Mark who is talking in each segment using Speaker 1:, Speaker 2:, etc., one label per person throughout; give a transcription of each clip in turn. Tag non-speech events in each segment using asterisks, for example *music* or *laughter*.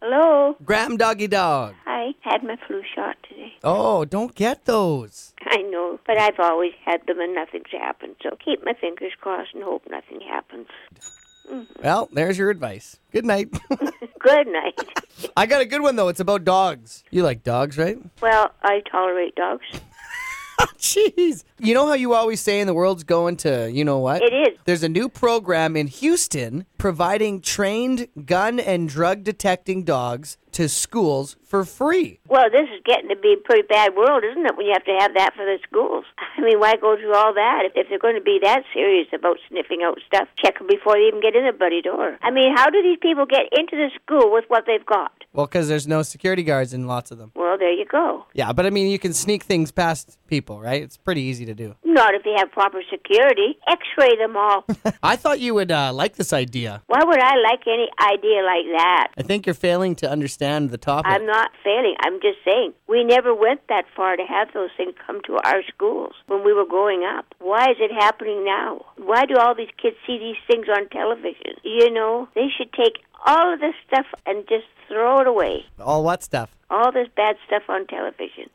Speaker 1: Hello.
Speaker 2: Graham Doggy Dog.
Speaker 1: I had my flu shot today. *laughs*
Speaker 2: Oh, don't get those.
Speaker 1: I know, but I've always had them and nothing's happened. So keep my fingers crossed and hope nothing happens. *laughs*
Speaker 2: Well, there's your advice. Good night. *laughs*
Speaker 1: Good night. *laughs*
Speaker 2: I got a good one, though. It's about dogs. You like dogs, right? *laughs*
Speaker 1: well, I tolerate dogs.
Speaker 2: Jeez. You know how you always say in the world's going to, you know what?
Speaker 1: It is.
Speaker 2: There's a new program in Houston providing trained gun and drug detecting dogs to schools for free.
Speaker 1: Well, this is getting to be a pretty bad world, isn't it, when you have to have that for the schools? *laughs* I mean, why go through all that? If, if they're going to be that serious about sniffing out stuff, check 'em before they even get in the bloody door. I mean, how do these people get into the school with what they've got?
Speaker 2: Well, because there's no security guards in lots of them.
Speaker 1: Well, there you go.
Speaker 2: Yeah, but I mean, you can sneak things past people, right? It's pretty easy to do. *laughs*
Speaker 1: Not if they have proper security. X-ray them all. *laughs*
Speaker 2: I thought you would uh, like this idea.
Speaker 1: Why would I like any idea like that?
Speaker 2: I think you're failing to understand the topic.
Speaker 1: I'm not failing. I'm just saying we never went that far to have those things come to our schools when we were growing up. Why is it happening now? Why do all these kids see these things on television? You know, they should take all of this stuff and just throw it away.
Speaker 2: All what stuff?
Speaker 1: All this bad stuff on television.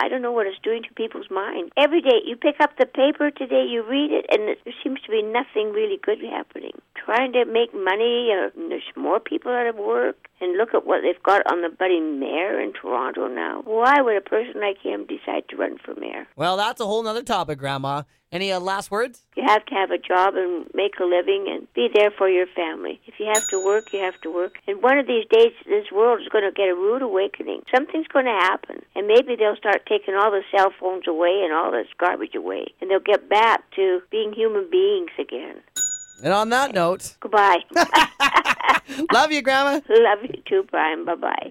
Speaker 1: I don't know what it's doing to people's minds. Every day you pick up the paper today, you read it, and there seems to be nothing really good happening. Trying to make money, or there's more people out of work, and look at what they've got on the buddy mayor in Toronto now. Why would a person like him decide to run for mayor?
Speaker 2: Well, that's a whole nother topic, Grandma. Any uh, last words?
Speaker 1: You have to have a job and make a living and be there for your family. If you have to work, you have to work. And one of these days, this world is going to get a rude awakening. Something's going to happen. And maybe they'll start taking all the cell phones away and all this garbage away. And they'll get back to being human beings again.
Speaker 2: And on that note, *laughs*
Speaker 1: Goodbye. *laughs*
Speaker 2: love you, Grandma.
Speaker 1: Love you too, Brian. Bye bye.